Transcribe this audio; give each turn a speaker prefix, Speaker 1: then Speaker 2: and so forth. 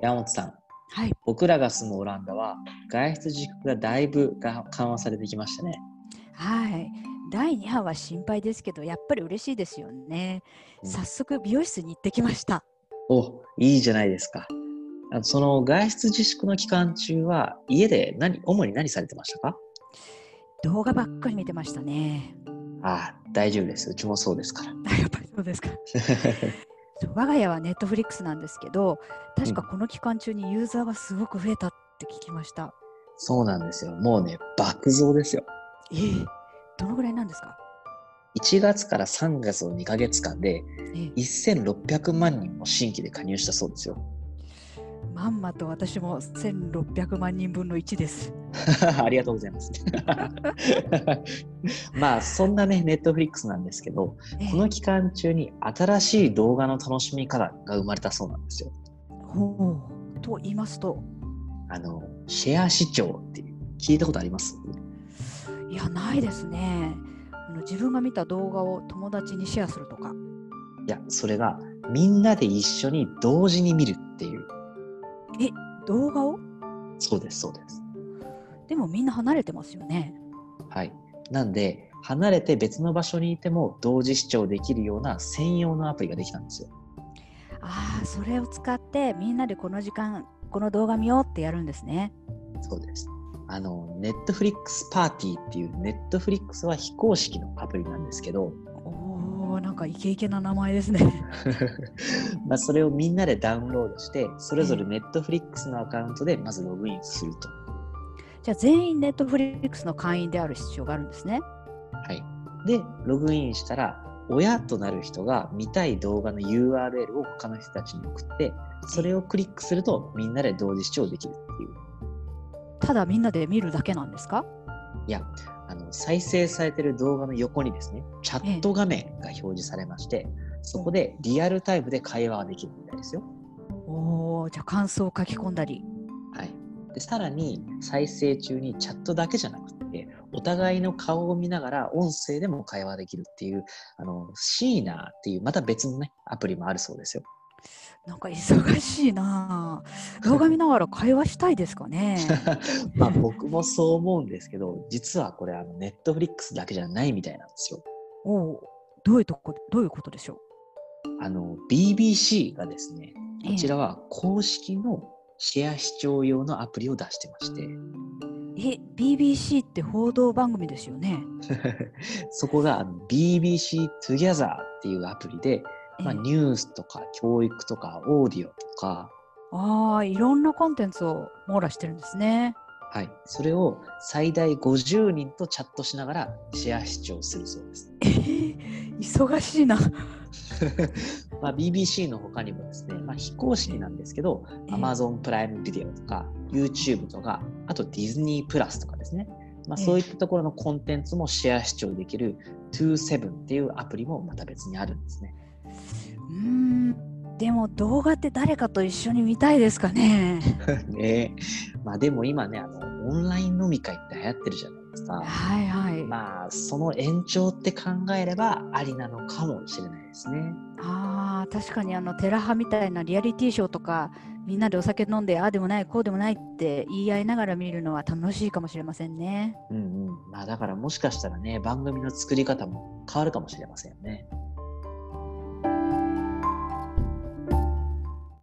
Speaker 1: 山本さん、
Speaker 2: はい。
Speaker 1: 僕らが住むオランダは外出自粛がだいぶが緩和されてきましたね。
Speaker 2: はい。第2波は心配ですけど、やっぱり嬉しいですよね。
Speaker 1: うん
Speaker 2: 早速、美容室に行ってきました。
Speaker 1: お、いいじゃないですか。あのその外出自粛の期間中は家で何主に何されてましたか
Speaker 2: 動画ばっかり見てましたね。
Speaker 1: ああ、大丈夫です。うちもそうですから。
Speaker 2: やっぱりそうですか。そう我が家はネットフリックスなんですけど、確かこの期間中にユーザーがすごく増えたって聞きました。
Speaker 1: そうなんですよ。もうね、爆増ですよ。
Speaker 2: ええどのぐらいなんですか
Speaker 1: 1月から3月の2ヶ月間で
Speaker 2: ええ
Speaker 1: 1600万人も新規で加入したそうですよ。
Speaker 2: まんまと私も1600万人分の1です。
Speaker 1: ありがとうございます。 まあそんなね、ネットフリックスなんですけど、
Speaker 2: ええ
Speaker 1: この期間中に新しい動画の楽しみ方が生まれたそうなんですよ。
Speaker 2: ほうと言いますと、
Speaker 1: あの、シェア視聴っていう聞いたことあります
Speaker 2: いや、ないですね。あの自分が見た動画を友達にシェアするとか。
Speaker 1: いや、それがみんなで一緒に同時に見るっていう。
Speaker 2: え、動画を
Speaker 1: そうです、そうです。
Speaker 2: でもみんな離れてますよね。
Speaker 1: はい。なんで、離れて別の場所にいても同時視聴できるような専用のアプリができたんですよ。
Speaker 2: ああ、それを使ってみんなでこの時間、この動画見ようってやるんですね。
Speaker 1: そうです。あの、ネットフリックスパーティーっていう、ネットフリックスは非公式のアプリなんですけど、
Speaker 2: おお、なんかイケイケな名前ですね。
Speaker 1: まあそれをみんなでダウンロードして、それぞれネットフリックスのアカウントでまずログインすると。
Speaker 2: じゃあ全員ネットフリックスの会員である必要があるんですね。
Speaker 1: はい。で、ログインしたら、親となる人が見たい動画の URL を他の人たちに送って、それをクリックするとみんなで同時視聴できるっていう。
Speaker 2: ただみんなで見るだけなんですか
Speaker 1: いや、あの再生されてる動画の横にですね、チャット画面が表示されまして、そこでリアルタイムで会話ができるみたいですよ。
Speaker 2: おお、じゃあ感想を書き込んだり。
Speaker 1: はい。で、さらに再生中にチャットだけじゃなくて、お互いの顔を見ながら音声でも会話できるっていう、あの、シーナーっていうまた別のね、アプリもあるそうですよ。
Speaker 2: なんか忙しいなあ。動画見ながら会話したいですかね。
Speaker 1: まあ僕もそう思うんですけど、実はこれあの、ネットフリックスだけじゃないみたいなんですよ。
Speaker 2: おお、どういうとこ、どういうことでしょう。
Speaker 1: あの、BBC がですね、
Speaker 2: ええ
Speaker 1: こちらは公式のシェア視聴用のアプリを出してまして、
Speaker 2: え、BBC って報道番組ですよね。
Speaker 1: そこがあの BBC Together っていうアプリで、まあ、
Speaker 2: ええ
Speaker 1: ニュースとか教育とかオーディオとか、
Speaker 2: ああ、いろんなコンテンツを網羅してるんですね。
Speaker 1: はい、それを最大50人とチャットしながらシェア視聴するそうです。
Speaker 2: えー忙しいな。
Speaker 1: まあ、BBC の他にもですね、まあ、非公式なんですけど、
Speaker 2: ええ
Speaker 1: Amazon プライムビデオとか YouTube とかあとディズニープラスとかですね、まあ、そういったところのコンテンツもシェア視聴できる27っていうアプリもまた別にあるんですね
Speaker 2: うーん、でも動画って誰かと一緒に見たいですかね。
Speaker 1: ねえまあでも今ねあのオンライン飲み会って流行ってるじゃないですか
Speaker 2: はいはい。
Speaker 1: まあその延長って考えればありなのかもしれないですね
Speaker 2: ああ、確かにあのテラハみたいなリアリティショーとか、みんなでお酒飲んで、ああでもない、こうでもないって言い合いながら見るのは楽しいかもしれませんね。
Speaker 1: うんうんまあだからもしかしたらね番組の作り方も変わるかもしれませんよね